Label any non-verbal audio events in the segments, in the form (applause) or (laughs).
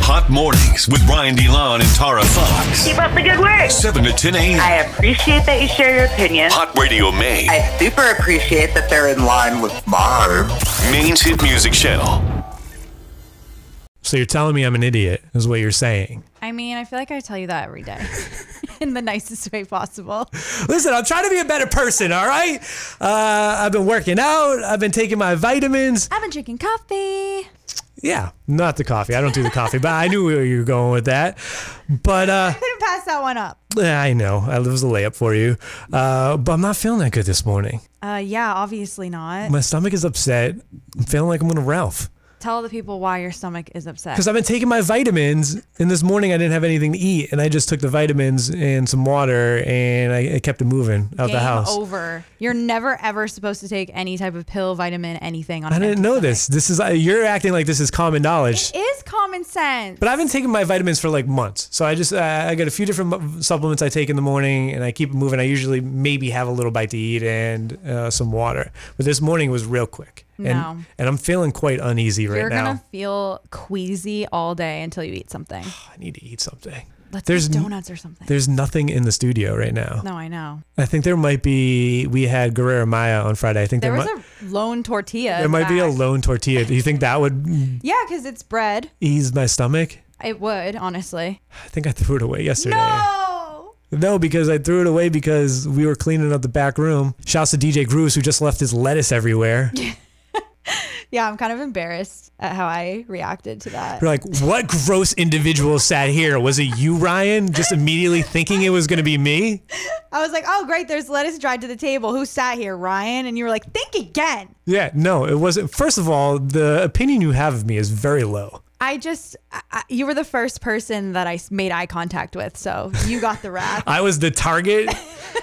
Hot Mornings with Brian DeLon and Tara Fox. Keep up the good work. 7 to 10 a.m. I appreciate that you share your opinion. Hot Radio Maine. I super appreciate that they're in line with mine. Maine's hit music channel. So you're telling me I'm an idiot, is what you're saying. I mean, I feel like I tell you that every day (laughs) in the nicest way possible. Listen, I'm trying to be a better person, all right? Uh, I've been working out, I've been taking my vitamins. I've been drinking coffee. Yeah, not the coffee. I don't do the coffee, but I knew where you were going with that. But uh, Couldn't pass that one up. I know, I was a layup for you. Uh, but I'm not feeling that good this morning. Uh, yeah, obviously not. My stomach is upset. I'm feeling like I'm going to Ralph. Tell the people why your stomach is upset. Because I've been taking my vitamins, and this morning I didn't have anything to eat, and I just took the vitamins and some water, and I, I kept it moving out the Game house. over. You're never ever supposed to take any type of pill, vitamin, anything on. I an didn't empty know stomach. this. This is uh, you're acting like this is common knowledge. It is common sense. But I've been taking my vitamins for like months. So I just uh, I got a few different mu- supplements I take in the morning, and I keep it moving. I usually maybe have a little bite to eat and uh, some water. But this morning was real quick, No. and and I'm feeling quite uneasy right You're now. gonna feel queasy all day until you (sighs) eat something. I need to eat something. Let's There's eat n- donuts or something. There's nothing in the studio right now. no, I know. I think there might be. We had Guerrero Maya on Friday. I think there, There was might. a lone tortilla. there might be a back. lone tortilla. Do you think that would Yeah, because it's bread. ease my stomach? It would, honestly. I think I threw it away yesterday. No. No, because I threw it away because we were cleaning up the back room. Shouts to DJ Groose who just left his lettuce everywhere. Yeah, I'm kind of embarrassed at how I reacted to that. We're like, what gross individual sat here? Was it you, Ryan? Just immediately thinking it was going to be me? I was like, oh, great, there's lettuce dried to the table. Who sat here, Ryan? And you were like, think again. Yeah, no, it wasn't. First of all, the opinion you have of me is very low. I just, I, I- you were the first person that I s- made eye contact with. So you got (laughs) the rap. I was the target.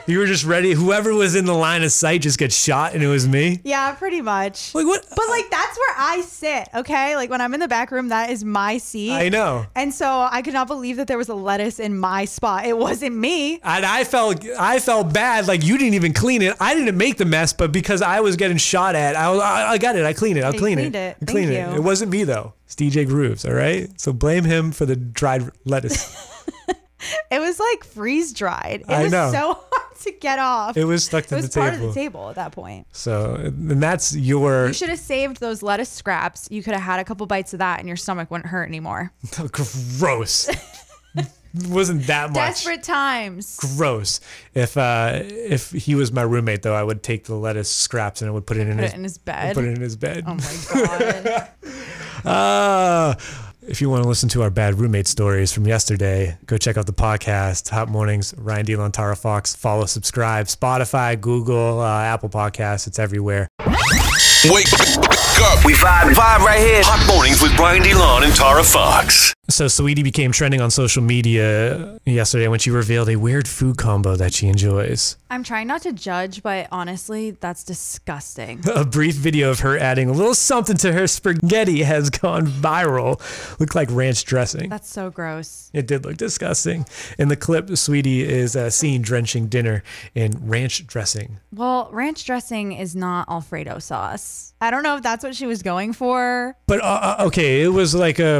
you were just ready. Whoever was in the line of sight just got shot, and it was me. yeah, pretty much. Like, what? But like, that's where I sit, okay? Like, when I'm in the back room, that is my seat. I know. And so I could not believe that there was a lettuce in my spot. It wasn't me. And I felt I felt bad. Like you didn't even clean it. I didn't make the mess, but because I was getting shot at, I was, I, I got it. I clean it. I'll You clean cleaned it. I clean Thank it. you. It wasn't me though. It's DJ Grooves. All right. So blame him for the dried (laughs) lettuce. It was like freeze dried. It I was know. so (laughs) hard to get off. It was stuck to It was the part table. of the table at that point. So and that's your (laughs) You should have saved those lettuce scraps. You could have had a couple bites of that, and your stomach wouldn't hurt anymore. gross. wasn't that much. Desperate times. Gross. If uh, if he was my roommate though, I would take the lettuce scraps and I would put it in, Put his, it in his bed. put it in his bed. (laughs) oh my god. Uh, if you want to listen to our bad roommate stories from yesterday, go check out the podcast, Hot Mornings, Ryan D. Tara Fox. Follow, subscribe, Spotify, Google, uh, Apple Podcasts. It's everywhere. Wake up. We vibe, vibe right here. Hot Mornings with Brian DeLon and Tara Fox. So, Sweetie became trending on social media yesterday when she revealed a weird food combo that she enjoys. I'm trying not to judge, but honestly, that's disgusting. A brief video of her adding a little something to her spaghetti has gone viral. Looked like ranch dressing. That's so gross. It did look disgusting. In the clip, Sweetie is uh, seen drenching dinner in ranch dressing. Well, ranch dressing is not Alfredo sauce. I don't know if that's what she was going for. But uh, uh, okay, it was like a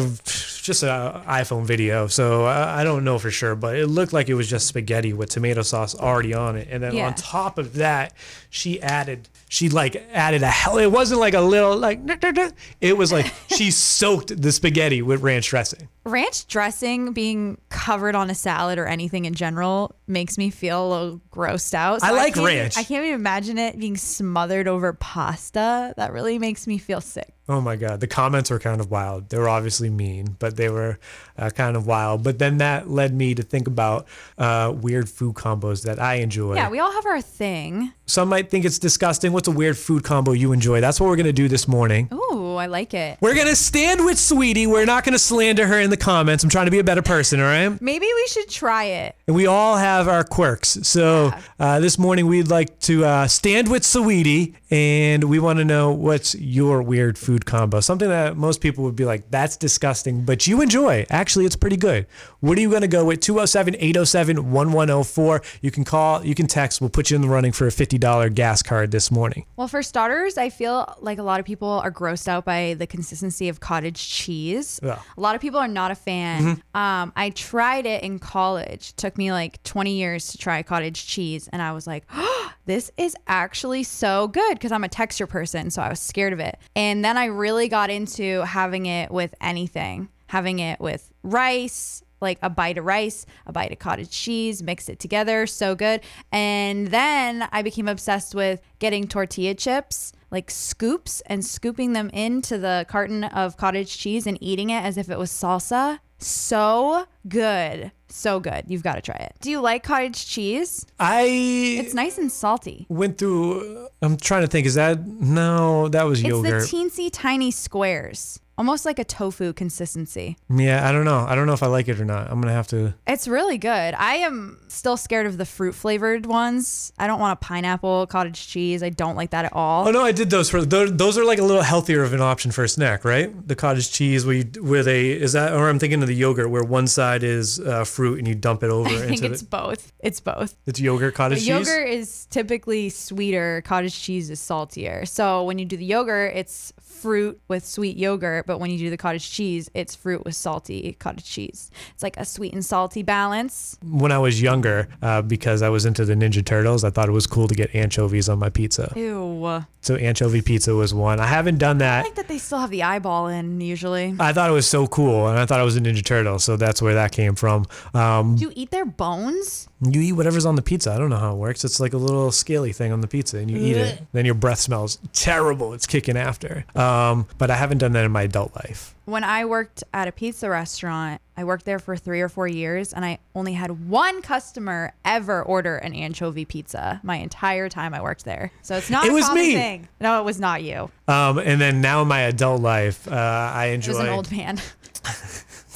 just a iPhone video, so I, I don't know for sure. But it looked like it was just spaghetti with tomato sauce already on it, and then Yeah. on top of that, she added she like added a hell. It wasn't like a little like "Nah, nah, nah." it was (laughs) like she soaked the spaghetti with ranch dressing. Ranch dressing being covered on a salad or anything in general makes me feel a little grossed out. So I like can't- ranch. I can't even imagine it being smothered over pasta. That really makes me feel sick. Oh my god, the comments were kind of wild. They were obviously mean, but they were uh, kind of wild. But then that led me to think about uh, weird food combos that I enjoy. Yeah, we all have our thing. Some might think it's disgusting. What's a weird food combo you enjoy? That's what we're going to do this morning. Ooh, I like it. We're going to stand with Sweetie. We're not going to slander her in the comments. I'm trying to be a better person, all right? Maybe we should try it. And we all have our quirks. So uh, this morning we'd like to uh, stand with Saweetie and we want to know what's your weird food combo. Something that most people would be like, that's disgusting, but you enjoy. Actually, it's pretty good. What are you going to go with? 207 807 1104. You can call, you can text. We'll put you in the running for a $50 gas card this morning. Well, for starters, I feel like a lot of people are grossed out by the consistency of cottage cheese. Yeah. A lot of people are not a fan. Um, I tried it in college. took me like 20 years to try cottage cheese, and I was like, (gasps) "This is actually so good." Because I'm a texture person, so I was scared of it. And then I really got into having it with anything, having it with rice, like a bite of rice, a bite of cottage cheese, mix it together, so good. And then I became obsessed with getting tortilla chips, like scoops, and scooping them into the carton of cottage cheese and eating it as if it was salsa. So good. So good. You've got to try it. Do you like cottage cheese? I. It's nice and salty. went through. I'm trying to think. Is that no? That was yogurt. It's the teensy tiny squares, almost like a tofu consistency. yeah, I don't know. I don't know if I like it or not. I'm gonna have to. It's really good. I am still scared of the fruit flavored ones. I don't want a pineapple, cottage cheese. I don't like that at all. Oh no, I did those for tho- those are like a little healthier of an option for a snack, right? The cottage cheese where you where they is that or I'm thinking of the yogurt where one side is uh, fruit and you dump it over (laughs) (laughs) I think into it's the, both. It's both. it's yogurt cottage But cheese. yogurt is typically sweeter, cottage cheese is saltier. So when you do the yogurt, it's fruit with sweet yogurt, but when you do the cottage cheese, it's fruit with salty cottage cheese. It's like a sweet and salty balance. When I was younger, uh, because I was into the Ninja Turtles, I thought it was cool to get anchovies on my pizza. Ew. I So anchovy pizza was one. I haven't done that. like that they still have the eyeball in usually. I thought it was so cool, and I thought it was a Ninja Turtle, so that's where that came from. Um, do you eat their bones? You eat whatever's on the pizza. I don't know how it works. It's like a little scaly thing on the pizza, and you eat it. Then your breath smells terrible. It's kicking after. Um, but I haven't done that in my adult life. when I worked at a pizza restaurant, I worked there for three or four years, and I only had one customer ever order an anchovy pizza my entire time I worked there. So it's not It a was common me. thing. No, it was not you. Um, and then now in my adult life, uh, I It enjoy. was an old man. (laughs) (laughs)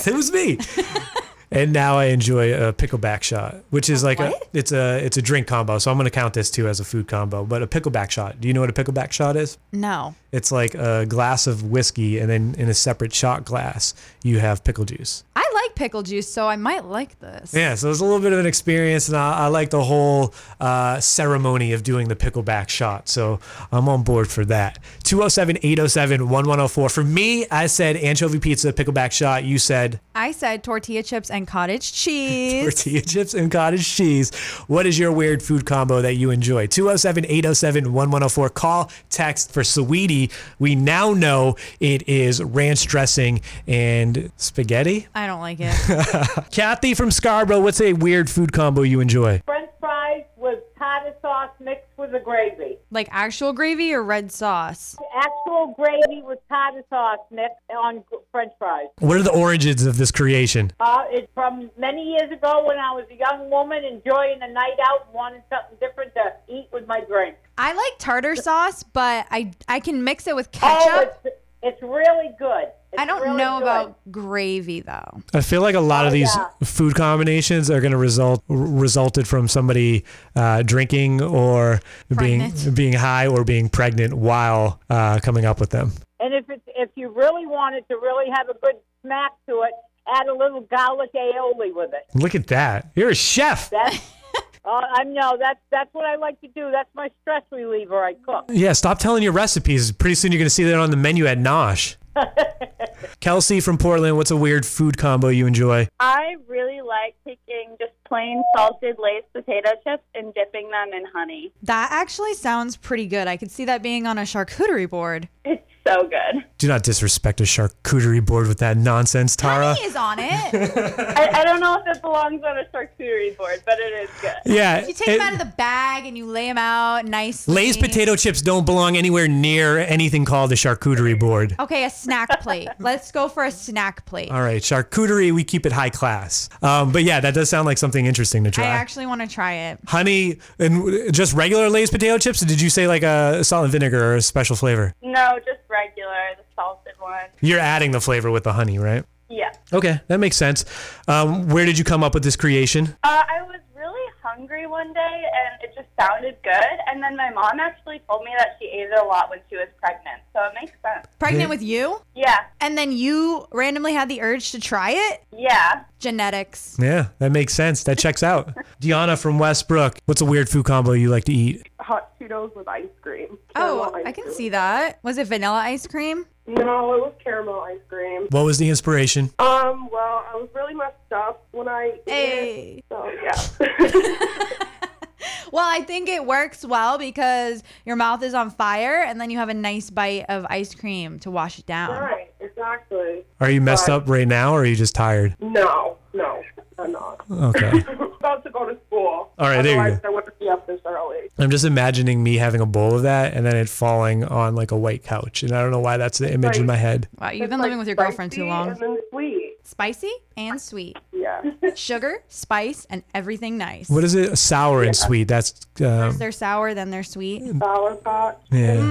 It was me. and now I enjoy a pickleback shot, which is like a it's a it's a drink combo. So I'm gonna count this too as a food combo. But a pickleback shot. Do you know what a pickleback shot is? No. It's like a glass of whiskey, and then in a separate shot glass, you have pickle juice. I like pickle juice, so I might like this. Yeah, so it was a little bit of an experience, and I, I like the whole uh, ceremony of doing the pickleback shot. So I'm on board for that. 207 807 1104. For me, I said anchovy pizza, pickleback shot. You said I said tortilla chips and cottage cheese. tortilla chips and cottage cheese. What is your weird food combo that you enjoy? 207 807 1104. Call, text for Sweetie. We now know it is ranch dressing and spaghetti. I don't like it. Kathy from Scarborough, what's a weird food combo you enjoy? French fries with tartar sauce mixed with a gravy. like actual gravy or red sauce? Actual gravy with tartar sauce mixed on gr- French fries. What are the origins of this creation? Uh, it's from many years ago when I was a young woman enjoying a night out and wanted something different to eat with my drink. I like tartar sauce, but I I can mix it with Oh, ketchup. it's, it's really good. It's I don't really know good. about gravy though. I feel like a lot of these yeah. food combinations are going to result r- resulted from somebody uh, drinking or being Pregnant. being high or being pregnant while uh, coming up with them. And if it's if you really wanted to really have a good smack to it, add a little garlic aioli with it. Look at that! You're a chef. That's uh, I know that's that's what I like to do. That's my stress reliever. I cook. yeah, stop telling your recipes. Pretty soon you're going to see that on the menu at (laughs) Nosh. Kelsey from Portland, what's a weird food combo you enjoy? I really like taking just plain salted Lay's potato chips and dipping them in honey. That actually sounds pretty good. I could see that being on a charcuterie board. It's so good. Do not disrespect a charcuterie board with that nonsense, Tara. Honey is (laughs) on it. I, I don't know if it belongs on a charcuterie board, but it is good. Yeah, You take it- them out of the bag and you lay them out nicely. Lay's potato chips don't belong anywhere near anything called a charcuterie board. Okay, a snack plate. (laughs) Let's go for a snack plate. All right, charcuterie, we keep it high class. Um, but yeah, that does sound like something interesting to try. I actually want to try it. Honey and w- just regular Lay's potato chips? Or did you say like a salt and vinegar or a special flavor? No, just regular, the salted one. You're adding the flavor with the honey, right? Yeah. Okay, that makes sense. Um, where did you come up with this creation? Uh, I hungry one day, and it just sounded good. And then my mom actually told me that she ate it a lot when she was pregnant, so it makes sense. Pregnant with you? Yeah, And then you randomly had the urge to try it? yeah. Genetics. Yeah, that makes sense. That checks out. Deanna from Westbrook, what's a weird food combo you like to eat? Hot Cheetos with ice cream. Oh, Caramel ice I can cream. see that. Was it vanilla ice cream? No, it was caramel ice cream. What was the inspiration? Um, well, I was really messed up when I ate it, Hey. so yeah. Well, I think it works well because your mouth is on fire and then you have a nice bite of ice cream to wash it down. right, exactly. Are you messed up right now or are you just tired? No, no, I'm not. Okay. (laughs) About to go to school. Uh. All right, there you Otherwise, go. I wouldn't be up this early. (laughs) I'm just imagining me having a bowl of that and then it falling on like a white couch. And I don't know why that's the image in my head. Wow, you've It's, been like, living with your girlfriend spicy too long. And then sweet. Spicy and (laughs) sweet. Yeah. Sugar, spice, and everything nice. What is it? Sour and sweet. That's, um, They're sour, then they're sweet. Mm-hmm. Sour patch. yeah.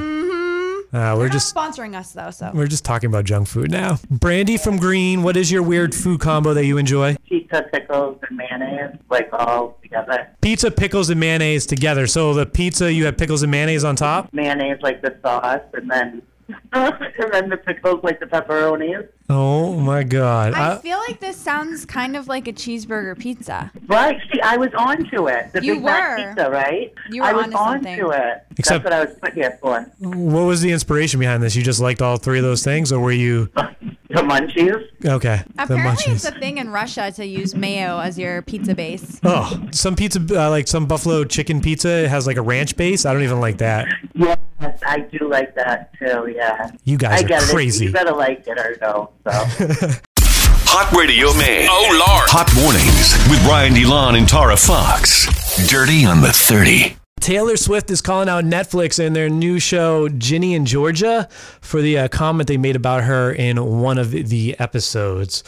Uh, we're They're just. not sponsoring us though, so We're just talking about junk food now. Brandy from Green, what is your weird food combo that you enjoy? pizza, pickles, and mayonnaise, like all together. Pizza, pickles, and mayonnaise together. So the pizza, you have pickles and mayonnaise on top? Mayonnaise, like the sauce, and then (laughs) and then the pickles, like the pepperonis. Oh my God. I I- feel like this sounds kind of like a cheeseburger pizza. Right, see, I was on to it. The You Big Mac were. pizza, right? You were I was onto on something. to it. Except- That's what I was put here for. What was the inspiration behind this? You just liked all three of those things, or were you The munchies. okay? Apparently, the it's a thing in Russia to use mayo as your pizza base. oh, some pizza uh, like some buffalo chicken pizza it has like a ranch base. I don't even like that. Yes, I do like that too. Yeah. You guys I are get it. crazy. You gotta like it or no. So. (laughs) Hot Radio May. Oh, Lord. Hot Mornings with Brian DeLon and Tara Fox. Dirty on the 30. Taylor Swift is calling out Netflix and their new show Ginny and Georgia for the uh, comment they made about her in one of the episodes.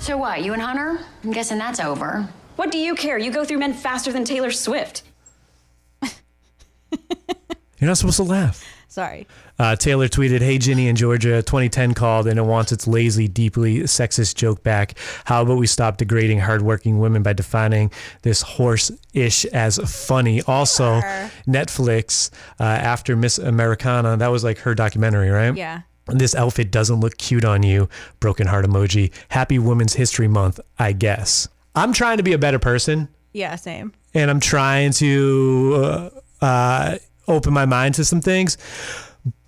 So what, you and Hunter? I'm guessing that's over. What do you care? You go through men faster than Taylor Swift. You're not supposed to laugh. Sorry. Uh, Taylor tweeted, Hey, Ginny in Georgia, 2010 called and it wants its lazy, deeply sexist joke back. How about we stop degrading hardworking women by defining this horse ish as funny? Also, Netflix, uh, after Miss Americana, that was like her documentary, right? Yeah. This outfit doesn't look cute on you. Broken heart emoji. Happy Women's History Month, I guess. I'm trying to be a better person Yeah. Same. and I'm trying to uh, uh, open my mind to some things.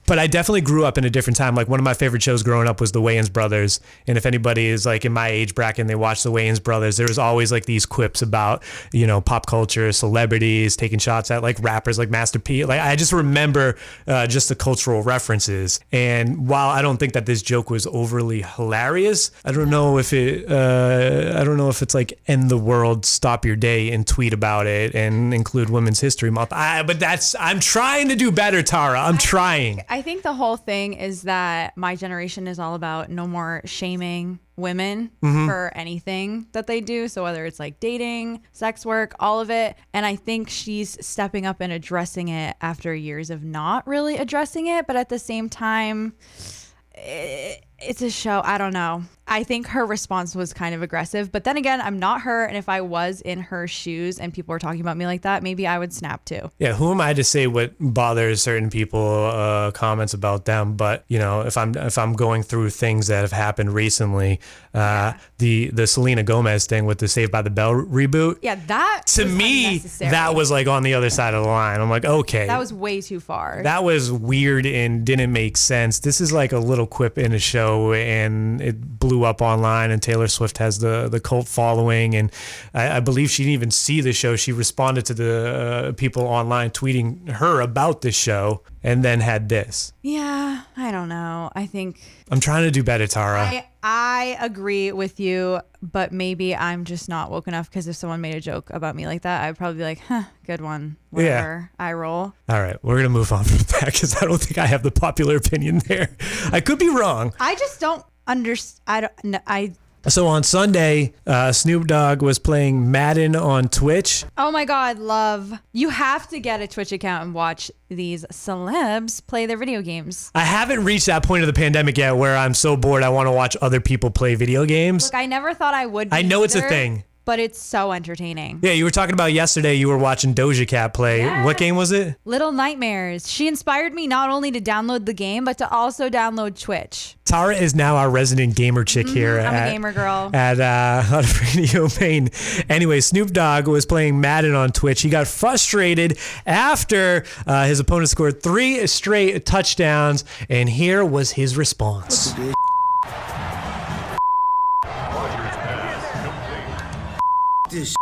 But I definitely grew up in a different time. Like one of my favorite shows growing up was The Wayans Brothers. And if anybody is like in my age bracket and they watch The Wayans Brothers, there was always like these quips about you know pop culture, celebrities taking shots at like rappers like Master P. Like I just remember uh, just the cultural references. And while I don't think that this joke was overly hilarious, I don't know if it. Uh, I don't know if it's like end the world, stop your day, and tweet about it and include Women's History Month. I, but that's I'm trying to do better, Tara. I'm trying. I think the whole thing is that my generation is all about no more shaming women Mm-hmm. for anything that they do. So whether it's like dating, sex work, all of it. And I think she's stepping up and addressing it after years of not really addressing it. But at the same time, i- it's a show. I don't know. I think her response was kind of aggressive. But then again, I'm not her. And if I was in her shoes and people were talking about me like that, maybe I would snap too. Yeah, who am I to say what bothers certain people uh, comments about them? But you know, if I'm if I'm going through things that have happened recently, uh, the the Selena Gomez thing with the Saved by the Bell reboot. Yeah, that To was me, unnecessary. that was like on the other side of the line. I'm like, okay, That was way too far. that was weird and didn't make sense. This is like a little quip in a show, and it blew up online. And Taylor Swift has the the cult following, and I, I believe she didn't even see the show. She responded to the uh, people online tweeting her about the show, and then had this. yeah, I don't know. I think I'm trying to do better, Tara. I I agree with you, but maybe I'm just not woke enough because if someone made a joke about me like that, I'd probably be like, "Huh, good one." Whatever. I roll. All right, we're gonna move on from (laughs) that because I don't think I have the popular opinion there. I could be wrong. I just don't understand. I don't. No, I. So on Sunday, uh, Snoop Dogg was playing Madden on Twitch. Oh my God, love. You have to get a Twitch account and watch these celebs play their video games. I haven't reached that point of the pandemic yet where I'm so bored I want to watch other people play video games. Look, I never thought I would. Be I know it's a either, thing. but it's so entertaining. Yeah, you were talking about yesterday. You were watching Doja Cat play. What game was it? Little Nightmares. She inspired me not only to download the game, but to also download Twitch. Tara is now our resident gamer chick here. Mm-hmm, I'm a at, gamer girl. (laughs) At uh, on Radio Maine. Anyway, Snoop Dogg was playing Madden on Twitch. He got frustrated after uh, his opponent scored three straight touchdowns, and here was his response. (laughs) this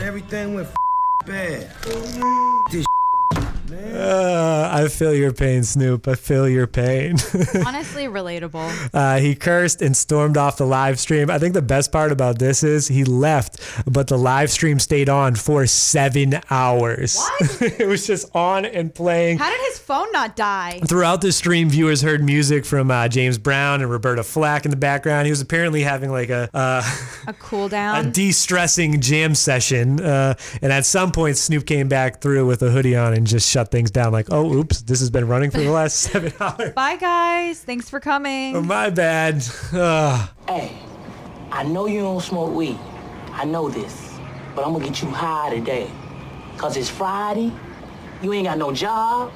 everything went bad. This Uh, I feel your pain, Snoop. I feel your pain. (laughs) Honestly, relatable. Uh, he cursed and stormed off the live stream. I think the best part about this is he left, but the live stream stayed on for seven hours. What? (laughs) it was just on and playing. How did his phone not die? Throughout the stream, viewers heard music from uh, James Brown and Roberta Flack in the background. He was apparently having like a uh, (laughs) A cool a down. de-stressing jam session. Uh, and at some point, Snoop came back through with a hoodie on and just shut things down. Like, oh, oops, this has been running for the last (laughs) seven hours. Bye guys. Thanks for coming. Oh, my bad. (sighs) Ugh. Hey, I know you don't smoke weed. I know this. But I'm gonna get you high today. Cause it's Friday, you ain't got no job,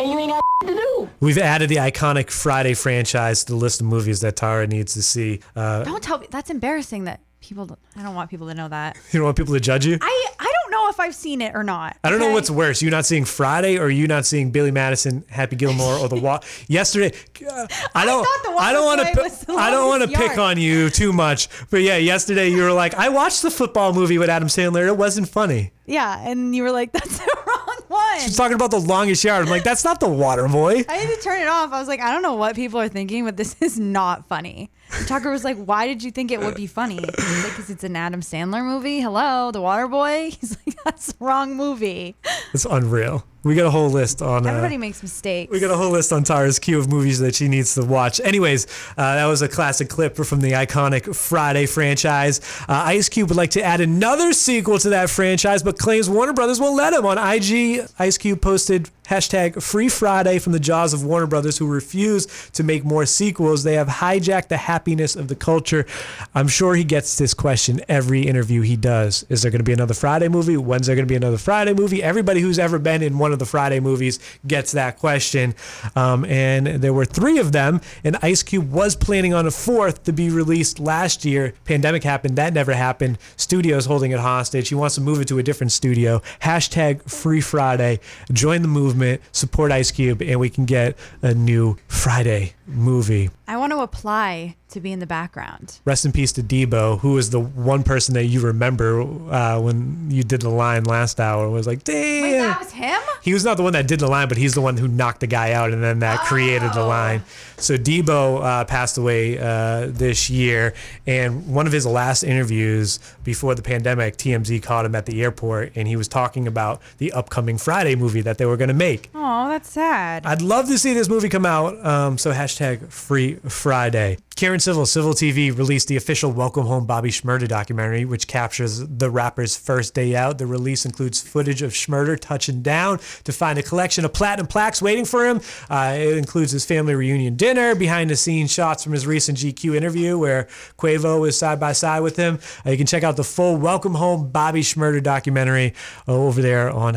and you ain't got to do. We've added the iconic Friday franchise to the list of movies that Tara needs to see. Uh, Don't tell me that's embarrassing that people don't- I don't want people to know that. you don't want people to judge you? I I don't know if I've seen it or not. I don't know what's worse, you not seeing Friday or you not seeing Billy Madison, Happy Gilmore, or The (laughs) Walk. Yesterday, uh, I don't, The I don't Walk want Away was to, the I don't want to longest pick yard. on you too much, but yeah, yesterday you were like, I watched the football movie with Adam Sandler. It wasn't funny. Yeah, and you were like, (laughs) that's the wrong one. She's talking about the longest yard. I'm like, that's not the water boy. I had to turn it off. I was like, I don't know what people are thinking, but this (laughs) is not funny. And Tucker was like, Why did you think it would be funny? Because it's an Adam Sandler movie. Hello, The Water Boy. (laughs) He's like, That's the wrong movie. It's unreal. We got a whole list on. uh, Everybody makes mistakes. We got a whole list on Tara's queue of movies that she needs to watch. Anyways, uh, that was a classic clip from the iconic Friday franchise. Uh, Ice Cube would like to add another sequel to that franchise, but claims Warner Brothers won't let him. On IG, Ice Cube posted hashtag Free Friday from the jaws of Warner Brothers, who refuse to make more sequels. They have hijacked the happiness of the culture. I'm sure he gets this question every interview he does. Is there going to be another Friday movie? When's there going to be another Friday movie? Everybody who's ever been in one of the Friday movies gets that question. Um, and there were three of them, and Ice Cube was planning on a fourth to be released last year. Pandemic happened. That never happened. Studio's holding it hostage. He wants to move it to a different studio. Hashtag Free Friday. Join the movement, support Ice Cube, and we can get a new Friday movie. I want to apply to be in the background. Rest in peace to Debo, who is the one person that you remember uh, when you did the line last hour. Was like, damn. Wait, that was him? He was not the one that did the line, but he's the one who knocked the guy out, and then that created the line. So Debo uh, passed away uh, this year, and one of his last interviews before the pandemic, TMZ caught him at the airport, and he was talking about the upcoming Friday movie that they were going to make. Oh, that's sad. I'd love to see this movie come out. Um, so hashtag Free Friday. Karen Civil, Civil TV released the official Welcome Home Bobby Schmurda documentary, which captures the rapper's first day out. The release includes footage of Schmurda touching down to find a collection of platinum plaques waiting for him. Uh, it includes his family reunion dinner, behind the scenes shots from his recent GQ interview where Quavo is side by side with him. Uh, you can check out the full Welcome Home Bobby Schmurda documentary uh, over there on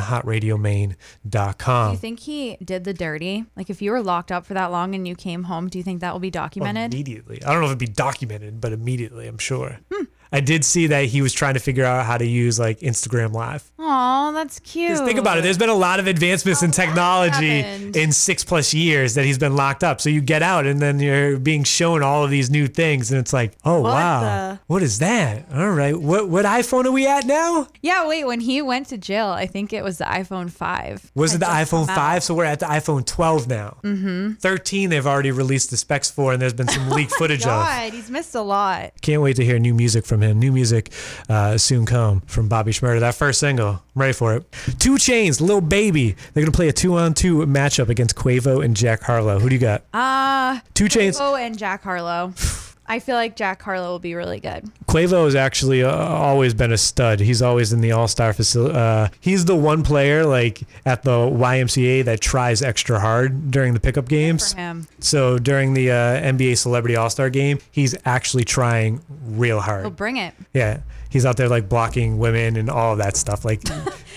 hotradiomain.com. Do you think he did the dirty? Like, if you were locked up for that long and you came home, do you think that will be documented? Immediately. I don't know if it'd be documented, but immediately, I'm sure. Hmm. I did see that he was trying to figure out how to use like Instagram Live. Oh, that's cute. Just think about it. There's been a lot of advancements in technology Oh, happened. in six plus years that he's been locked up. So you get out and then you're being shown all of these new things, and it's like, oh What wow, the- what is that? All right, what what iPhone are we at now? Yeah, wait, when he went to jail, I think it was the iPhone 5. Was it the iPhone out. 5? So we're at the iPhone 12 now. Mm-hmm. Oh 13, they've already released the specs for, and there's been some (laughs) leaked footage of. God, he's missed a lot. Can't wait to hear new music from him. New music uh, soon come from Bobby Schmurda. That first single, I'm ready for it. Two Chains, Lil Baby. They're gonna play a two-on-two matchup against Quavo and Jack Harlow. Who do you got? Uh Two Chainz. Oh, and Jack Harlow. (sighs) I feel like Jack Harlow will be really good. Quavo has actually uh, always been a stud. He's always in the All Star facility. Uh, he's the one player like at the YMCA that tries extra hard during the pickup games. him. So during the uh, NBA Celebrity All Star Game, he's actually trying real hard. He'll bring it. Yeah, he's out there like blocking women and all of that stuff. Like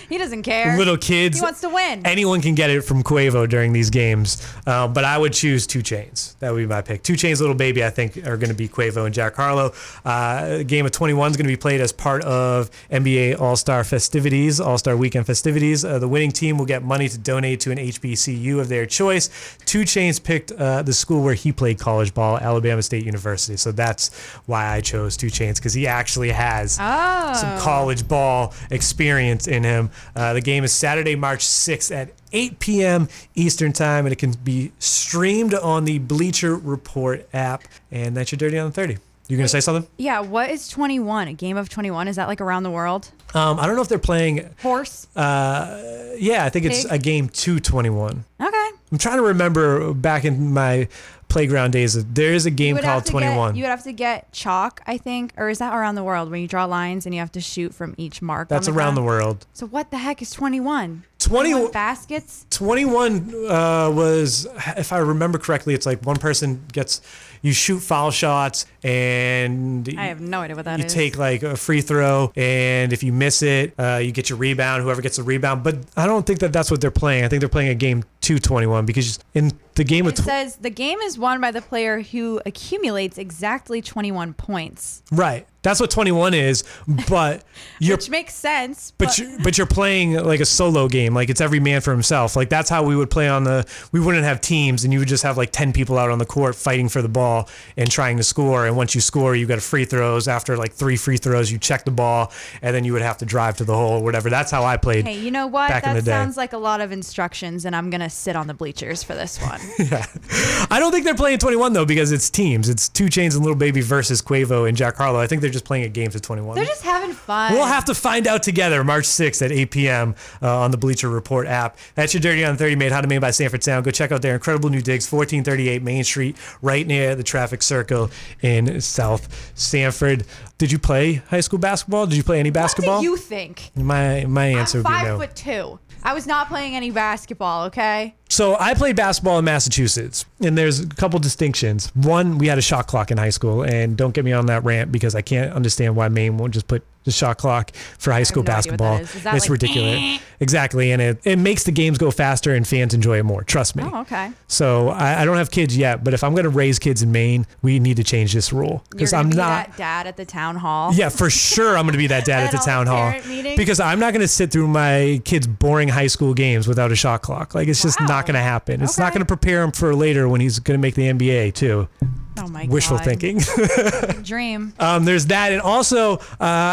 He doesn't care. Little kids. He wants to win. anyone can get it from Quavo during these games, uh, but I would choose Two Chains. That would be my pick. Two Chains, Little Baby, I think are going to be Quavo and Jack Harlow. Uh, Game of 21 is going to be played as part of NBA All Star festivities, All Star Weekend festivities. Uh, the winning team will get money to donate to an HBCU of their choice. Two Chains picked uh, the school where he played college ball, Alabama State University. So that's why I chose Two Chains because he actually has some Oh. college ball experience in him. Uh, the game is Saturday, March 6th at 8 p.m. Eastern Time, and it can be streamed on the Bleacher Report app. And that's your Dirty on the 30. You gonna say something? yeah, what is 21? A game of 21? Is that like around the world? Um, I don't know if they're playing. Horse? Uh, yeah, I think it's Pig? a game 221. Okay. I'm trying to remember back in my playground days. There is a game You would have called to get- 21. you would have to get chalk, I think, or is that around the world when you draw lines and you have to shoot from each mark? on that's around the ground? world. So what the heck is 21? 20 baskets? 21 uh, was, if I remember correctly, it's like one person gets, you shoot foul shots and I have no idea what that is. you take like a free throw, and if you miss it, uh, you get your rebound. Whoever gets the rebound, but I don't think that that's what they're playing. I think they're playing a game two twenty one because in the game of It tw- says the game is won by the player who accumulates exactly 21 points, right, that's what twenty one is. (laughs) But you're which makes sense. But, you, but you're playing like a solo game, like it's every man for himself. Like that's how we would play on the. We wouldn't have teams, and you would just have like ten people out on the court fighting for the ball and trying to score. And once you score, you got free throws. After like three free throws, you check the ball, and then you would have to drive to the hole or whatever. That's how I played. Hey, you know what? Back in That the day. sounds like a lot of instructions, and I'm gonna sit on the bleachers for this (laughs) one. I don't think they're playing 21 though because it's teams. It's Two Chains and Little Baby versus Quavo and Jack Harlow. I think they're just playing a game to 21. They're just having fun. We'll have to find out together March 6th at 8 p.m. Uh, on the Bleacher Report app. That's your Dirty on 30 made, how to made by Sanford Sound. Go check out their incredible new digs, 1438 Main Street, right near the traffic circle in South Sanford. Did you play high school basketball? Did you play any basketball? What do you think? my my answer would be Five no. foot two. I was not playing any basketball. Okay. So I played basketball in Massachusetts, and there's a couple distinctions. One, we had a shot clock in high school, and don't get me on that rant because I can't understand why Maine won't just put the shot clock for high school no idea what that basketball. is. Is that it's like, ridiculous. (clears throat) "Eh?" Exactly, and it, it makes the games go faster and fans enjoy it more. Trust me. Oh, okay. So I, I don't have kids yet, but if I'm going to raise kids in Maine, we need to change this rule You're because gonna I'm be not. that dad at the town hall. Yeah, for sure, I'm going to be that dad at At the all town the hall parent meetings? because I'm not going to sit through my kids' boring high school games without a shot clock. Like it's just not going to happen. It's not Okay. going to prepare him for later when he's going to make the NBA too. Oh my Wishful God. thinking. (laughs) Dream. um, there's that, and also uh,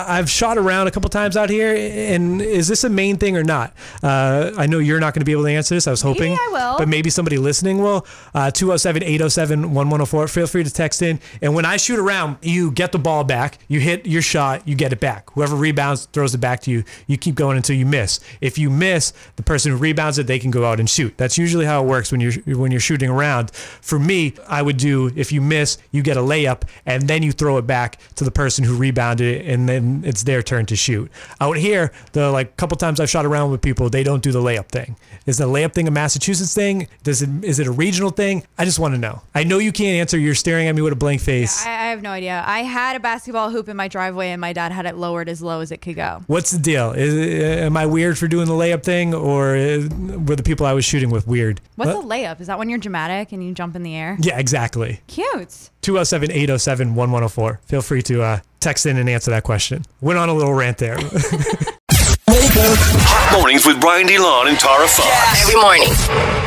I've shot around a couple times out here. And is this a main thing or not? Uh, I know you're not going to be able to answer this. I was hoping, I will. but maybe somebody listening will. Uh, 207 807 1104. Feel free to text in. And when I shoot around, you get the ball back, you hit your shot, you get it back. Whoever rebounds throws it back to you. You keep going until you miss. If you miss, the person who rebounds it, they can go out and shoot. That's usually how it works when you're when you're shooting around. For me, I would do if you miss, you get a layup, and then you throw it back to the person who rebounded it, and then it's their turn to shoot. Out here, the like couple times I've shot around with people, they don't do the layup thing. Is the layup thing a Massachusetts thing? Does it is it a regional thing? I just want to know. I know you can't answer. You're staring at me with a blank face. I, I have no idea. I had a basketball hoop in my driveway, and my dad had it lowered as low as it could go. What's the deal? Is, uh, am I weird for doing the layup thing, or uh, were the people I was shooting with weird? What's Uh, a layup? Is that when you're dramatic and you jump in (laughs) the air? yeah, exactly. Cute. 207 807 1104. Feel free to uh, text in and answer that question. Went on a little rant there. (laughs) Hot mornings with Brian DeLon and Tara Fox. Every morning.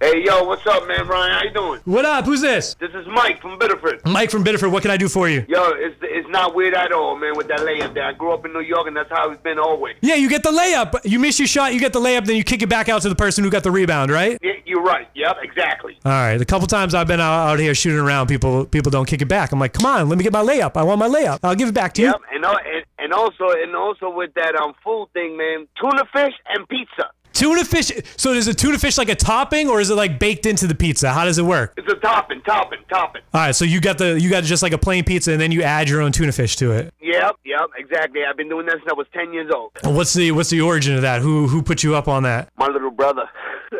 Hey, yo, what's up, man, Brian? How you doing? what up? Who's this? This is Mike from Biddeford. Mike from Biddeford. What can I do for you? Yo, it's it's not weird at all, man, with that layup there. I grew up in New York, and that's how it's been always. Yeah, you get the layup. You miss your shot, you get the layup, then you kick it back out to the person who got the rebound, right? Yeah, you're right. Yep, exactly. All right. A couple times I've been out, out here shooting around, people people don't kick it back. I'm like, come on, let me get my layup. I want my layup. I'll give it back to you. Yep, and, al- and and also and also with that um food thing, man, tuna fish and pizza. Tuna fish. So is a tuna fish like a topping, or is it like baked into the pizza? How does it work? It's a topping, topping, topping. All right, so you got the you got just like a plain pizza, and then you add your own tuna fish to it. Yep, yep, exactly. I've been doing that since I was 10 years old. And What's the what's the origin of that? Who who put you up on that? My little brother. (laughs)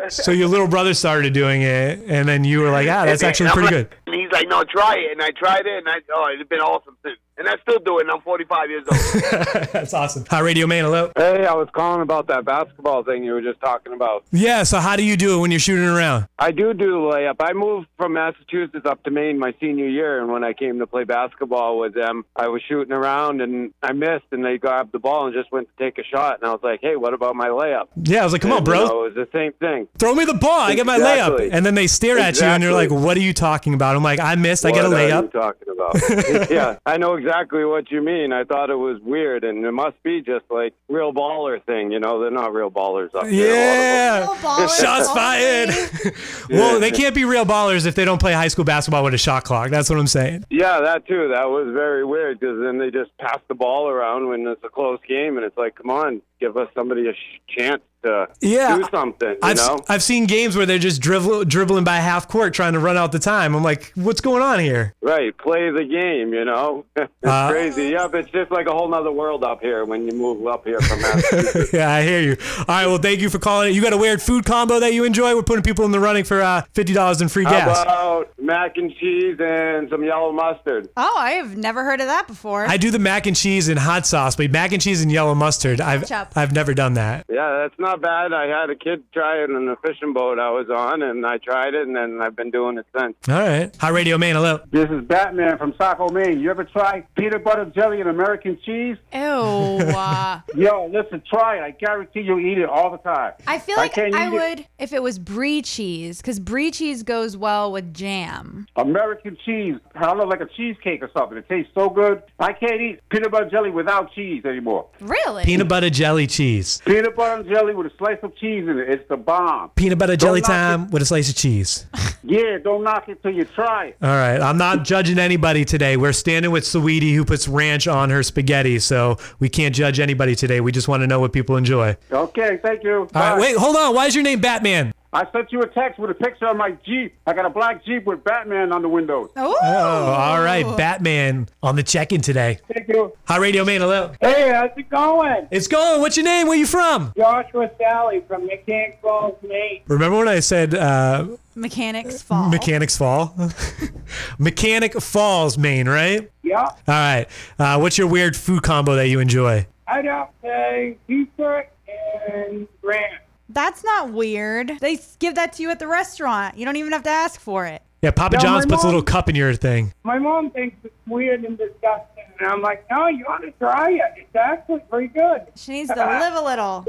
So your little brother started doing it, and then you were like, (laughs) ah, that's And actually I'm pretty good. like- And he's like, no, try it. And I tried it, and I, oh, it's been awesome since. And I still do it, and I'm 45 years old. That's awesome. Hi, Radio Man. Hello. Hey, I was calling about that basketball thing you were just talking about. Yeah. So how do you do it when you're shooting around? I do do the layup. I moved from Massachusetts up to Maine my senior year, and when I came to play basketball with them, I was shooting around and I missed, and they grabbed the ball and just went to take a shot, and I was like, "Hey, what about my layup?" Yeah, I was like, come on, And, bro. you know, it was the same thing. Throw me the ball. I get my Exactly. layup. And then they stare at you and they're like, Exactly. what are you talking about? I'm like, I missed. I get a What are layup. you (laughs) talking about? yeah, I know exactly what you mean. I thought it was weird, and it must be just like real baller thing. You know, they're not real ballers up there. Yeah. (laughs) a lot of them. Shots (laughs) fired. well, they can't be real ballers if they don't play high school basketball with a shot clock. That's what I'm saying. Yeah, that too. That was very weird because then they just pass the ball around when it's a close game, and it's like, come on, give us somebody a sh- chance to Yeah, do something. You I've, know? I've seen games where they're just drivel, dribbling by half court trying to run out the time. I'm like, what's going on here? (laughs) Right, play the game, you know? (laughs) it's Uh, crazy. Yep, it's just like a whole nother world up here when you move up here (laughs) from Massachusetts. yeah, I hear you. All right, well, thank you for calling. You got a weird food combo that you enjoy? We're putting people in the running for uh, $50 in free How gas. about mac and cheese and some yellow mustard? Oh, I have never heard of that before. I do the mac and cheese and hot sauce, but mac and cheese and yellow mustard, I've Ketchup. I've never done that. Yeah, that's not bad. I had a kid try it on a fishing boat I was on, and I tried it, and then I've been doing it since. All right. Hi, Radio Man. Hello. This is Batman from Saco, Maine. You ever try peanut butter jelly and American cheese? (laughs) Ew. uh, Yo, listen, try it. I guarantee you'll eat it all the time. I feel like can't I, eat it. would if it was brie cheese because brie cheese goes well with jam. American cheese. I don't know, like a cheesecake or something. It tastes so good. I can't eat peanut butter jelly without cheese anymore. Really? Peanut butter jelly cheese. Peanut butter and jelly with a slice of cheese in it. It's the bomb. Peanut butter Don't jelly knock it. time with a slice of cheese. Yeah, don't knock it till you try it. All right. I'm not judging anybody today. We're standing with Sweetie who puts ranch on her spaghetti, so we can't judge anybody today. We just want to know what people enjoy. Okay, thank you. All right. Bye. Wait, hold on. Why is your name Batman? I sent you a text with a picture of my Jeep. I got a black Jeep with Batman on the windows. Oh, all right. Batman on the check in today. Thank you. Hi, Radio Man. Hello. Hey, how's it going? It's going. What's your name? Where you from? Joshua Sally from Mechanic Falls, Maine. Remember when I said uh, Mechanics fall. Mechanics Fall. (laughs) Mechanic Falls, Maine, right? Yeah. All right. Uh, what's your weird food combo that you enjoy? I got a t-shirt and ranch. That's not weird. They s- give that to you at the restaurant. You don't even have to ask for it. Yeah, Papa No, John's my puts a mom- little cup in your thing. My mom thinks it's weird and disgusting, and I'm like, no, you ought to try it. It's actually pretty good. She needs to live a little.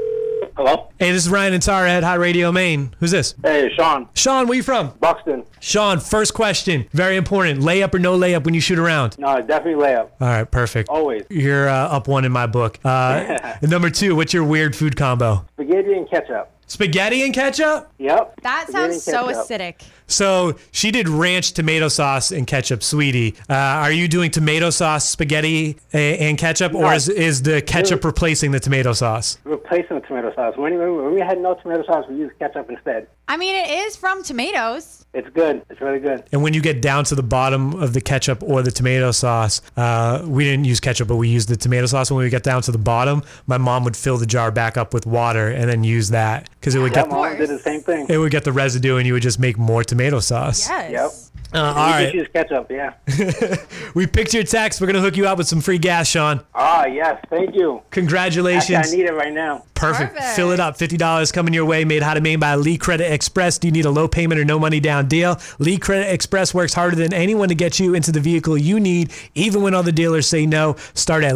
Hello. Hey, this is Ryan and Tara at High Radio Maine. Who's this? Hey, Sean. Sean, where you from? Buxton. Sean, first question, very important. Layup or no layup when you shoot around? No, definitely layup. All right, perfect. Always. Mm. You're uh, up one in my book. Uh, number two, what's your weird food combo? Spaghetti and ketchup. Spaghetti and ketchup? Yep. That Spaghetti sounds and so ketchup. acidic. So she did ranch, tomato sauce, and ketchup, sweetie. Uh, are you doing tomato sauce, spaghetti, a- and ketchup, or No. is, is the Mm. ketchup replacing the tomato sauce? Replacing the tomato sauce. When, when we had no tomato sauce, we used ketchup instead. I mean, it is from tomatoes. It's good. It's really good. And when you get down to the bottom of the ketchup or the tomato sauce, uh, we didn't use ketchup, but we used the tomato sauce. When we got down to the bottom, my mom would fill the jar back up with water and then use that because it would Yeah, get my mom Oh, did the same thing. it would get the residue, and you would just make more tomato sauce. Yes. Yep. (laughs) Uh, all we right. just use ketchup. Yeah. We picked your text. We're gonna hook you up with some free gas, Sean. Ah, yes. Thank you. Congratulations. Actually, I need it right now. Perfect. Fill it up. $50 coming your way. Made how to main by Lee Credit Express. Do you need a low payment or no money down deal? Lee Credit Express works harder than anyone to get you into the vehicle you need, even when other dealers say no. Start at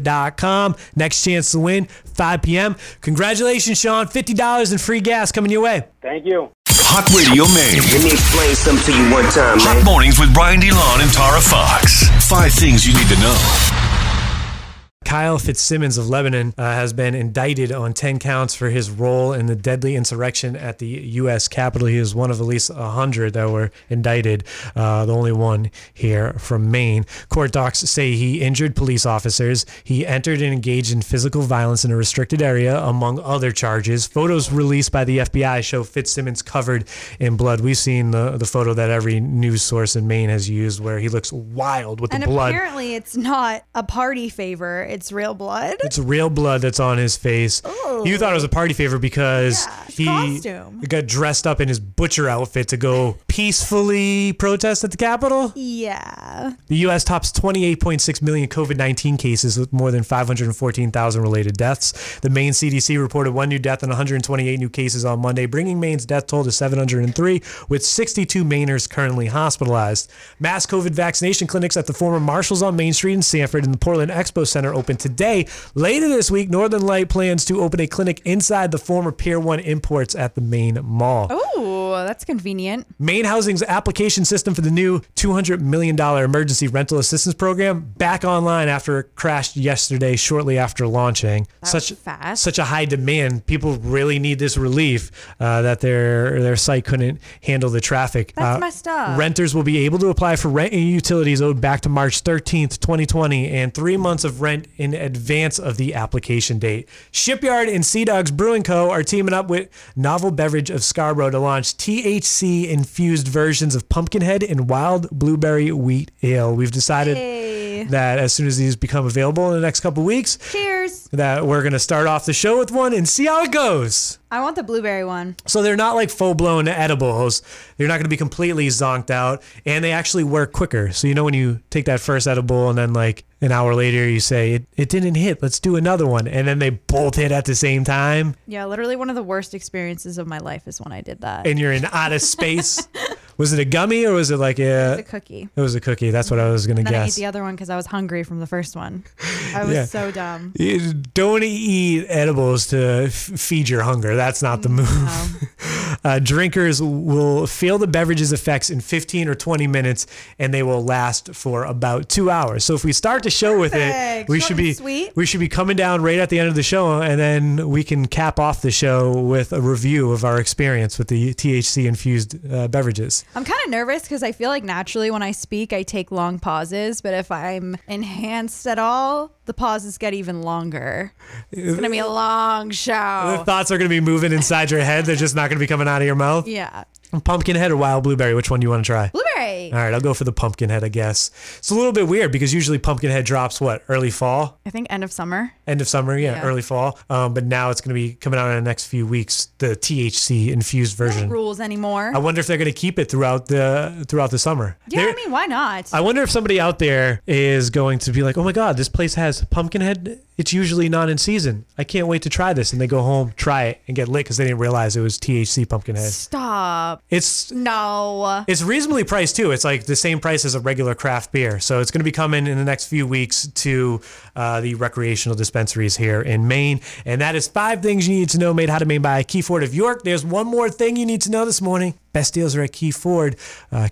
leecredit.com. Next chance to win, 5 p.m. Congratulations, Sean. $50 in free gas coming your way. Thank you. Hot Radio Maine. Let me explain something to you one time, Hot man. mornings with Brian DeLon and Tara Fox. Five things you need to know. Kyle Fitzsimmons of Lebanon uh, has been indicted on 10 counts for his role in the deadly insurrection at the U.S. Capitol. He is one of at least 100 that were indicted, uh, the only one here from Maine. Court docs say he injured police officers. He entered and engaged in physical violence in a restricted area, among other charges. Photos released by the FBI show Fitzsimmons covered in blood. We've seen the, the photo that every news source in Maine has used where he looks wild with and the blood. apparently, it's not a party favor. It's real blood. It's real blood that's on his face. You thought it was a party favor because he costume. got dressed up in his butcher outfit to go peacefully protest at the Capitol. Yeah. The U.S. tops 28.6 million COVID 19 cases with more than 514,000 related deaths. The Maine CDC reported one new death and 128 new cases on Monday, bringing Maine's death toll to 703, with 62 Mainers currently hospitalized. Mass COVID vaccination clinics at the former Marshalls on Main Street in Sanford and the Portland Expo Center open today. Later this week, Northern Light plans to open a clinic inside the former Pier 1 imports at the Maine Mall. Oh, that's convenient. Maine Housing's application system for the new $200 million emergency rental assistance program back online after it crashed yesterday, shortly after launching. such fast. such a high demand. People really need this relief uh, that their their site couldn't handle the traffic. That's Uh, messed up. Renters will be able to apply for rent and utilities owed back to March 13th, 2020, and three months of rent in advance of the application date. Shipyard and Sea Dogs Brewing Co. are teaming up with Novel Beverage of Scarborough to launch THC infused versions of Pumpkinhead and Wild Blueberry Wheat Ale. We've decided that as soon as these become available in the next couple weeks, Cheers. that we're going to start off the show with one and see how it goes. I want the blueberry one. So they're not like full blown edibles. They're not going to be completely zonked out, and they actually work quicker. So you know when you take that first edible, and then like an hour later you say it, it didn't hit. Let's do another one, and then they both hit at the same time, Yeah, literally one of the worst experiences of my life is when I did that. and you're in out of (laughs) space. was it a gummy or was it like a? a cookie. It was a cookie. That's what I was going to And then I ate guess. the other one because I was hungry from the first one. I was Yeah. so (laughs) dumb. You don't eat edibles to f- feed your hunger. That's not the Mm, move. Um, uh, drinkers will feel the beverage's effects in 15 or 20 minutes, and they will last for about two hours. So if we start the show with it, Perfect. we You should wanna be be sweet? we should be coming down right at the end of the show, and then we can cap off the show with a review of our experience with the THC infused uh, beverages. I'm kind of nervous because I feel like naturally when I speak, I take long pauses, but if I'm enhanced at all, the pauses get even longer. It's going to be a long The (laughs) show. thoughts are going to be moving inside your head; they're just not going to be coming out of your mouth. Yeah. Pumpkin head or wild blueberry? Which one do you want to try? Blueberry. All right, I'll go for the pumpkin head, I guess. It's a little bit weird because usually pumpkin head drops what early fall, I think end of summer. end of summer, yeah, Yeah. early fall. Um, but now it's going to be coming out in the next few weeks, the THC infused version. Rules anymore. I wonder if they're going to keep it throughout the throughout the summer. yeah, There- I mean, why not? I wonder if somebody out there is going to be like, "Oh my God, this place has pumpkin head. It's usually not in season. I can't wait to try this." And they go home, try it, and get lit because they didn't realize it was THC pumpkin head. Stop. It's No. It's reasonably priced too. It's like the same price as a regular craft beer. So it's going to be coming in the next few weeks to uh, the recreational dispensaries here in Maine. And that is five things you need to know made how to Maine by Key Ford of York. There's one more thing you need to know this morning. Best deals are at Key Ford, uh,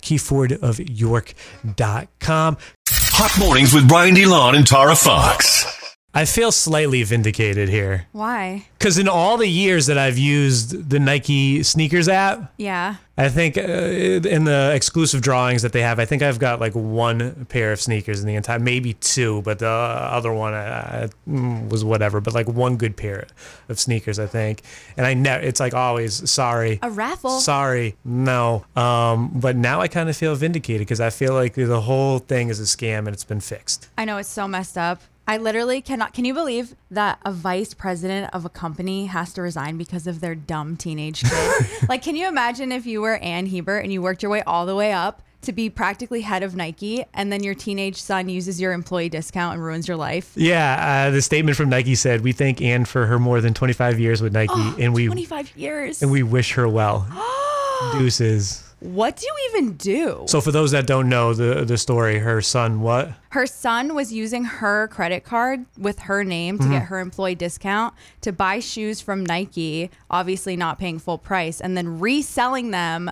keyfordofyork.com. Hot mornings with Brian DeLon and Tara Fox. I feel slightly vindicated here Why? because in all the years that I've used the Nike sneakers app, Yeah. I think uh, in the exclusive drawings that they have, I think I've got like one pair of sneakers in the entire, maybe two, but the other one I, I, mm, was whatever. But like one good pair of sneakers, I think. And I never, it's like always sorry, A raffle. sorry, no. Um, but now I kind of feel vindicated because I feel like the whole thing is a scam and it's been fixed. I know it's so messed up. I literally cannot. Can you believe that a vice president of a company has to resign because of their dumb (laughs) teenage kid? like, can you imagine if you were Ann Hebert and you worked your way all the way up to be practically head of Nike, and then your teenage son uses your employee discount and ruins your life? Yeah, uh, the statement from Nike said, "We thank Anne for her more than 25 years with Nike, Oh, and we 25 years. and we wish her (gasps) well." Deuces. what do you even do? So for those that don't know the the story, her son what? her son was using her credit card with her name to get Mhm. her employee discount to buy shoes from Nike, obviously not paying full price, and then reselling them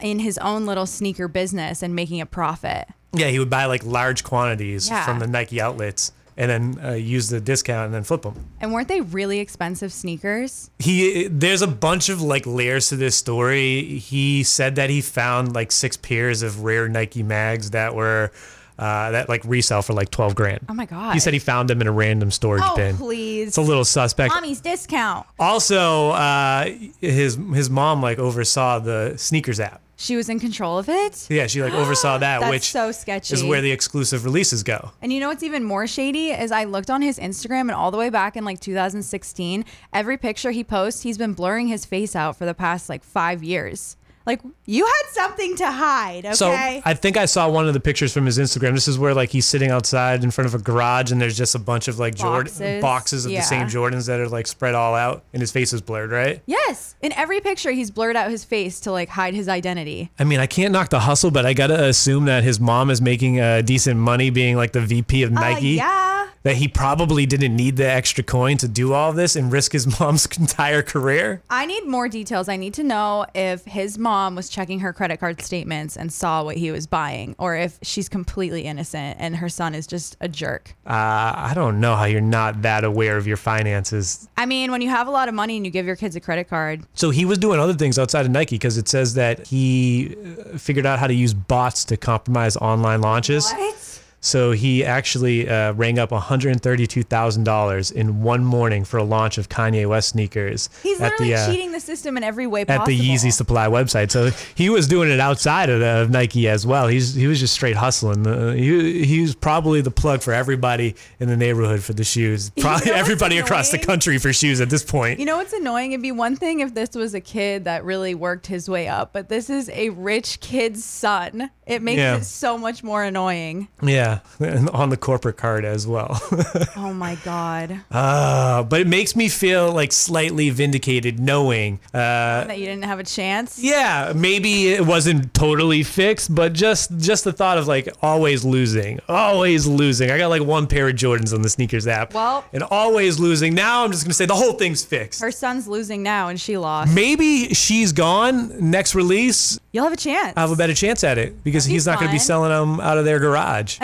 in his own little sneaker business and making a profit. Yeah, he would buy like large quantities Yeah. from the Nike outlets and then uh, use the discount and then flip them. And weren't they really expensive sneakers? he there's a bunch of like layers to this story. He said that he found like six pairs of rare Nike mags that were uh, that like resell for like twelve grand. Oh my god. He said he found them in a random storage Oh, bin. please. It's a little suspect. Mommy's discount. Also, uh, his his mom like oversaw the sneakers app. She was in control of it. Yeah, she like oversaw that, That's which so sketchy. is where the exclusive releases go. And you know what's even more shady is I looked on his Instagram and all the way back in like 2016, every picture he posts, he's been blurring his face out for the past like five years. Like you had something to hide, okay? So I think I saw one of the pictures from his Instagram. This is where like he's sitting outside in front of a garage, and there's just a bunch of like Jordan Boxes. boxes of Yeah. the same Jordans that are like spread all out, and his face is blurred, right? yes, in every picture he's blurred out his face to like hide his identity. I mean, I can't knock the hustle, but I gotta assume that his mom is making uh, decent money, being like the VP of Nike. Oh, Ah, yeah. That he probably didn't need the extra coin to do all this and risk his (laughs) mom's entire career. I need more details. I need to know if his mom was checking her credit card statements and saw what he was buying, or if she's completely innocent and her son is just a jerk. Uh, I don't know how you're not that aware of your finances. I mean, when you have a lot of money and you give your kids a credit card, So he was doing other things outside of Nike because it says that he uh, figured out how to use bots to compromise online launches. What? So he actually uh, rang up $132,000 in one morning for a launch of Kanye West sneakers he's at literally the uh, cheating the system in every way at possible. the Yeezy Supply website. So he was doing it outside of, the, of Nike as well. He's he was just straight hustling. Uh, he he was probably the plug for everybody in the neighborhood for the shoes. You know Probably what's everybody across the annoying? country for shoes at this point. You know what's annoying? It'd be one thing if this was a kid that really worked his way up, but this is a rich kid's son. It makes Yeah. it so much more annoying. Yeah, and on the corporate card as well. (laughs) Oh my God. Ah, but it makes me feel like slightly vindicated knowing, uh, that you didn't have a chance. yeah, maybe it wasn't totally fixed, but just just the thought of like always losing, always losing. I got like one pair of Jordans on the sneakers app, Well- and always losing. Now I'm just gonna say the whole thing's fixed. Her son's losing now and she lost. Maybe she's gone. Next release, You'll have a chance. I'll have a better chance at it because That'd be he's not gonna be fun. selling them out of their garage.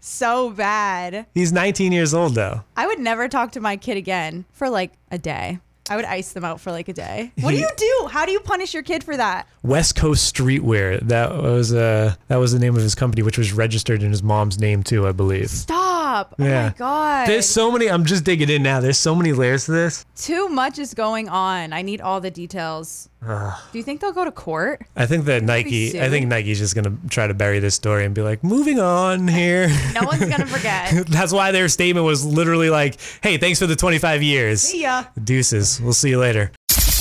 so bad. he's 19 years old though. I would never talk to my kid again for like a day. I would ice them out for like a day. What do you do? How do you punish your kid for that? West Coast Streetwear. That was uh that was the name of his company, which was registered in his mom's name too, I believe. Stop. Oh my God. There's so many. I'm just digging in now. There's so many layers to this. Too much is going on. I need all the details. Ugh. Do you think they'll go to court? I think that Nike. I think soon. Nike's just gonna try to bury this story and be like, moving on here. (laughs) No one's going to forget. That's why their statement was literally like, "Hey, thanks for the 25 years. See ya. Deuces. We'll see you later."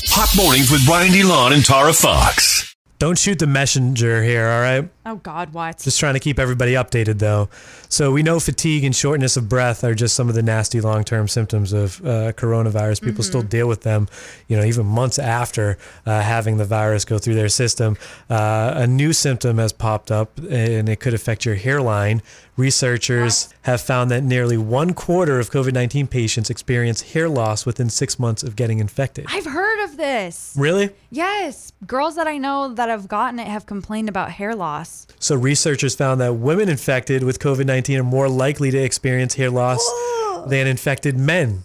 Hot mornings with Brian DeLon and Tara Fox. Don't shoot the messenger here. All right. Oh God, what? Just trying to keep everybody updated, though. So we know fatigue and shortness of breath are just some of the nasty long-term symptoms of uh, coronavirus. People still deal with them, you know, even months after uh, having the virus go through their system. Uh, a new symptom has popped up, and it could affect your hairline. Researchers have found that nearly one quarter of COVID-19 patients experience hair loss within six months of getting infected. I've heard of this. Really? Yes. Girls that I know that have gotten it have complained about hair loss. So researchers found that women infected with COVID-19 are more likely to experience hair loss than infected men.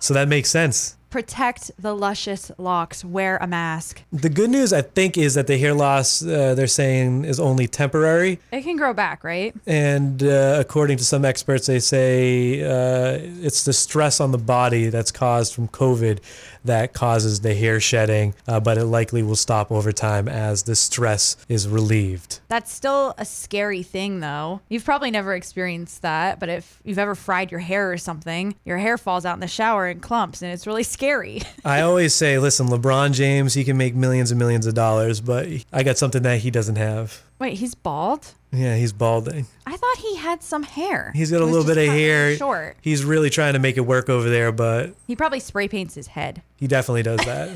so that makes sense. Protect the luscious locks. Wear a mask. The good news, I think, is that the hair loss uh, they're saying is only temporary. It can grow back, right? And uh, according to some experts, they say uh, it's the stress on the body that's caused from COVID that causes the hair shedding, uh, but it likely will stop over time as the stress is relieved. That's still a scary thing, though. You've probably never experienced that, but if you've ever fried your hair or something, your hair falls out in the shower in clumps, and it's really scary. (laughs) I always say, listen, LeBron James, he can make millions and millions of dollars, but I got something that he doesn't have. Wait, he's bald? Yeah, he's balding. I thought he had some hair. He's got a It was little just bit of cut hair. Short. He's really trying to make it work over there, but He probably spray paints his head. he definitely does (laughs) that.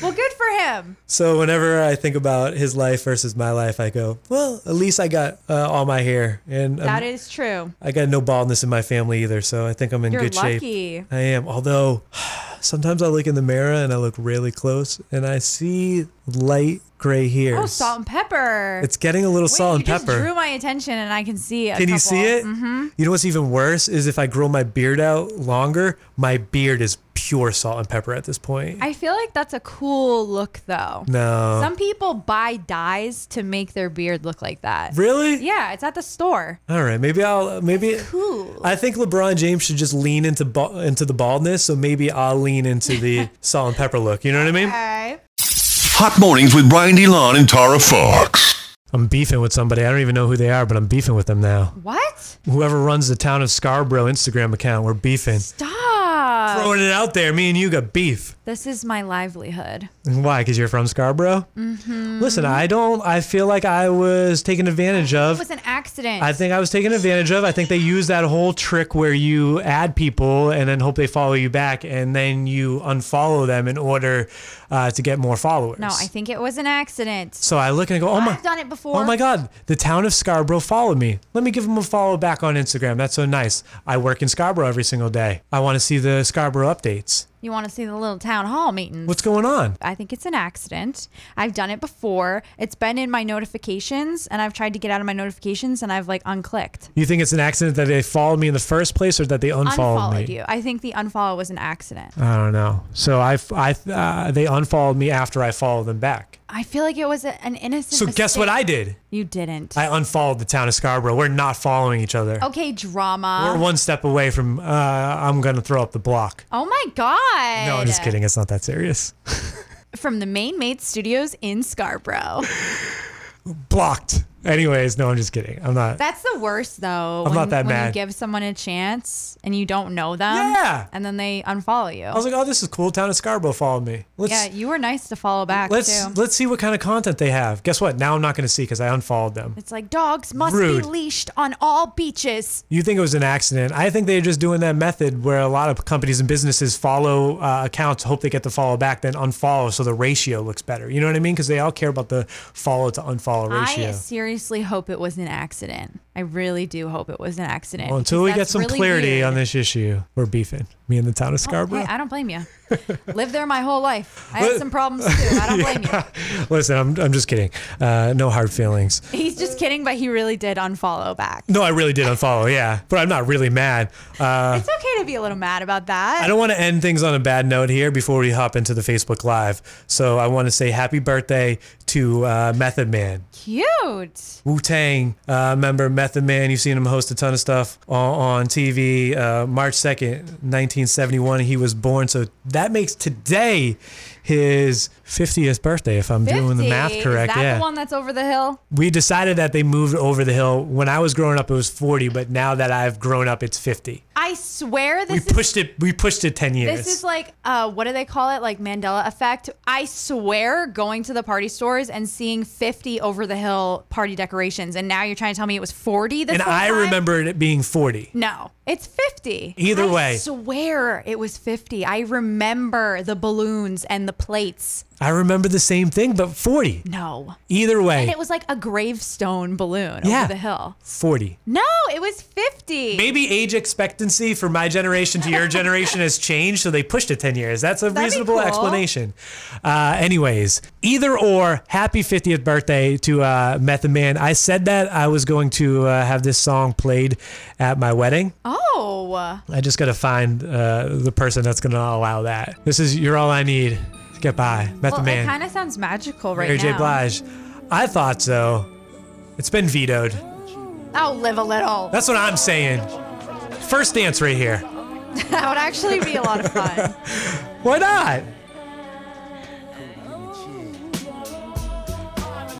Well, good for him. so whenever I think about his life versus my life, I go, well, at least I got uh, all my hair, and um, That is true. I got no baldness in my family either. So I think I'm in You're good shape. lucky. I am. Although (sighs) sometimes I look in the mirror and I look really close and I see light gray hairs. Oh, salt and pepper. It's getting a little Wait, salt and you just pepper. drew my attention, and I can see. A Can you see it? Mm-hmm. You know what's even worse is if I grow my beard out longer, my beard is pure salt and pepper at this point. I feel like that's a cool look, though. No. Some people buy dyes to make their beard look like that. Really? Yeah, it's at the store. All right, maybe I'll maybe Cool. I think LeBron James should just lean into ba- into the baldness, so maybe I'll lean into (laughs) the salt and pepper look. You know what I mean? Hot mornings with Brian DeLon and Tara Fox. I'm beefing with somebody. I don't even know who they are, but I'm beefing with them now. What? Whoever runs the town of Scarborough Instagram account, we're beefing. Stop. Throwing it out there, me and you got beef. This is my livelihood. Why? Because you're from Scarborough. Mm-hmm. Listen, I don't. I feel like I was taken advantage It of. was an accident. I think I was taken advantage of. I think they use that whole trick where you add people and then hope they follow you back, and then you unfollow them in order uh, to get more followers. no, I think it was an accident. So I look and I go, oh my, I've done it before. oh my God, the town of Scarborough followed me. Let me give them a follow back on Instagram. That's so nice. I work in Scarborough every single day. I want to see the Scarborough updates. You want to see the little town hall meetings? What's going on? I think it's an accident. I've done it before. It's been in my notifications, and I've tried to get out of my notifications, and I've like unclicked. You think it's an accident that they followed me in the first place, or that they unfollowed, me? Uh. you. I think the unfollow was an accident. I don't know. So I, I, uh, they unfollowed me after I followed them back. I feel like it was a, an innocent. So guess what mistake. I did? You didn't. I unfollowed the town of Scarborough. We're not following each other. Okay, drama. We're one step away from. Uh, I'm gonna throw up the block. Oh my god. No, I'm just kidding. It's not that serious. (laughs) From the Main Mate Studios (laughs) in Scarborough. Blocked. Anyways, no, I'm just kidding. I'm not. That's the worst though. I'm when, not that when you mad. give someone a chance and you don't know them. Yeah. And then they unfollow you. I was like, oh, this is cool. Town of Scarborough followed me. Let's yeah, you were nice to follow back let's too. let's see what kind of content they have. Guess what? Now I'm not gonna see because I unfollowed them. It's like dogs must Rude. be leashed on all beaches. You think it was an accident? I think they're just doing that method where a lot of companies and businesses follow uh, accounts, hope they get the follow back, then unfollow so the ratio looks better. You know what I mean? Because they all care about the follow to unfollow ratio. I seriously hope it was an accident. I really do hope it was an accident. Well, until because we get that's some really clarity weird. on this issue, we're beefing. Me and the town of Scarborough. Hey, I don't blame you. (laughs) Lived there my whole life. I had some problems too. (laughs) I don't blame you. (laughs) Listen, I'm, I'm just kidding. Uh, no hard feelings. He's just kidding, but he really did unfollow back. No, I really did unfollow. Yeah, but I'm not really mad. Uh, It's okay to be a little mad about that. I don't want to end things on a bad note here before we hop into the Facebook Live. So I want to say happy birthday to uh, Method Man. Cute. Wu Tang uh, member Method Man. You've seen him host a ton of stuff on, on TV. Uh, March 2nd, 1971, he was born. So that makes today his 50th birthday, if I'm doing the math 50. correct. Is that yeah. the one that's over the hill? We decided that they moved over the hill. When I was growing up, it was 40, but now that I've grown up, it's 50. I swear we this is pushed it. We pushed it 10 years. This is like, uh, what do they call it? Like Mandela effect. I swear, going to the party stores and seeing 50 over the hill party decorations, and now you're trying to tell me it was 40 this and whole I time? remembered it being 40. No, it's 50. Either I way. swear it was 50. I remember the balloons and the plates. I remember the same thing, but 40. No. Either way, And it was like a gravestone balloon Yeah. over the hill. 40. No, it was 50. Maybe age expectancy for my generation to (laughs) your generation has changed, so they pushed it 10 years. That's a be reasonable cool. explanation. Uh, anyways, either or, happy 50th birthday to uh, Method Man. I said that I was going to uh, have this song played at my wedding. Oh. I just got to find uh, the person that's going to allow that. This is You're All I Need to Get By, Method well, Man. it kind of sounds magical right Mary now. J. Blige. I thought so. It's been vetoed. Oh, live a little. That's what I'm saying. First dance right here. that would actually be a lot of fun. Why not?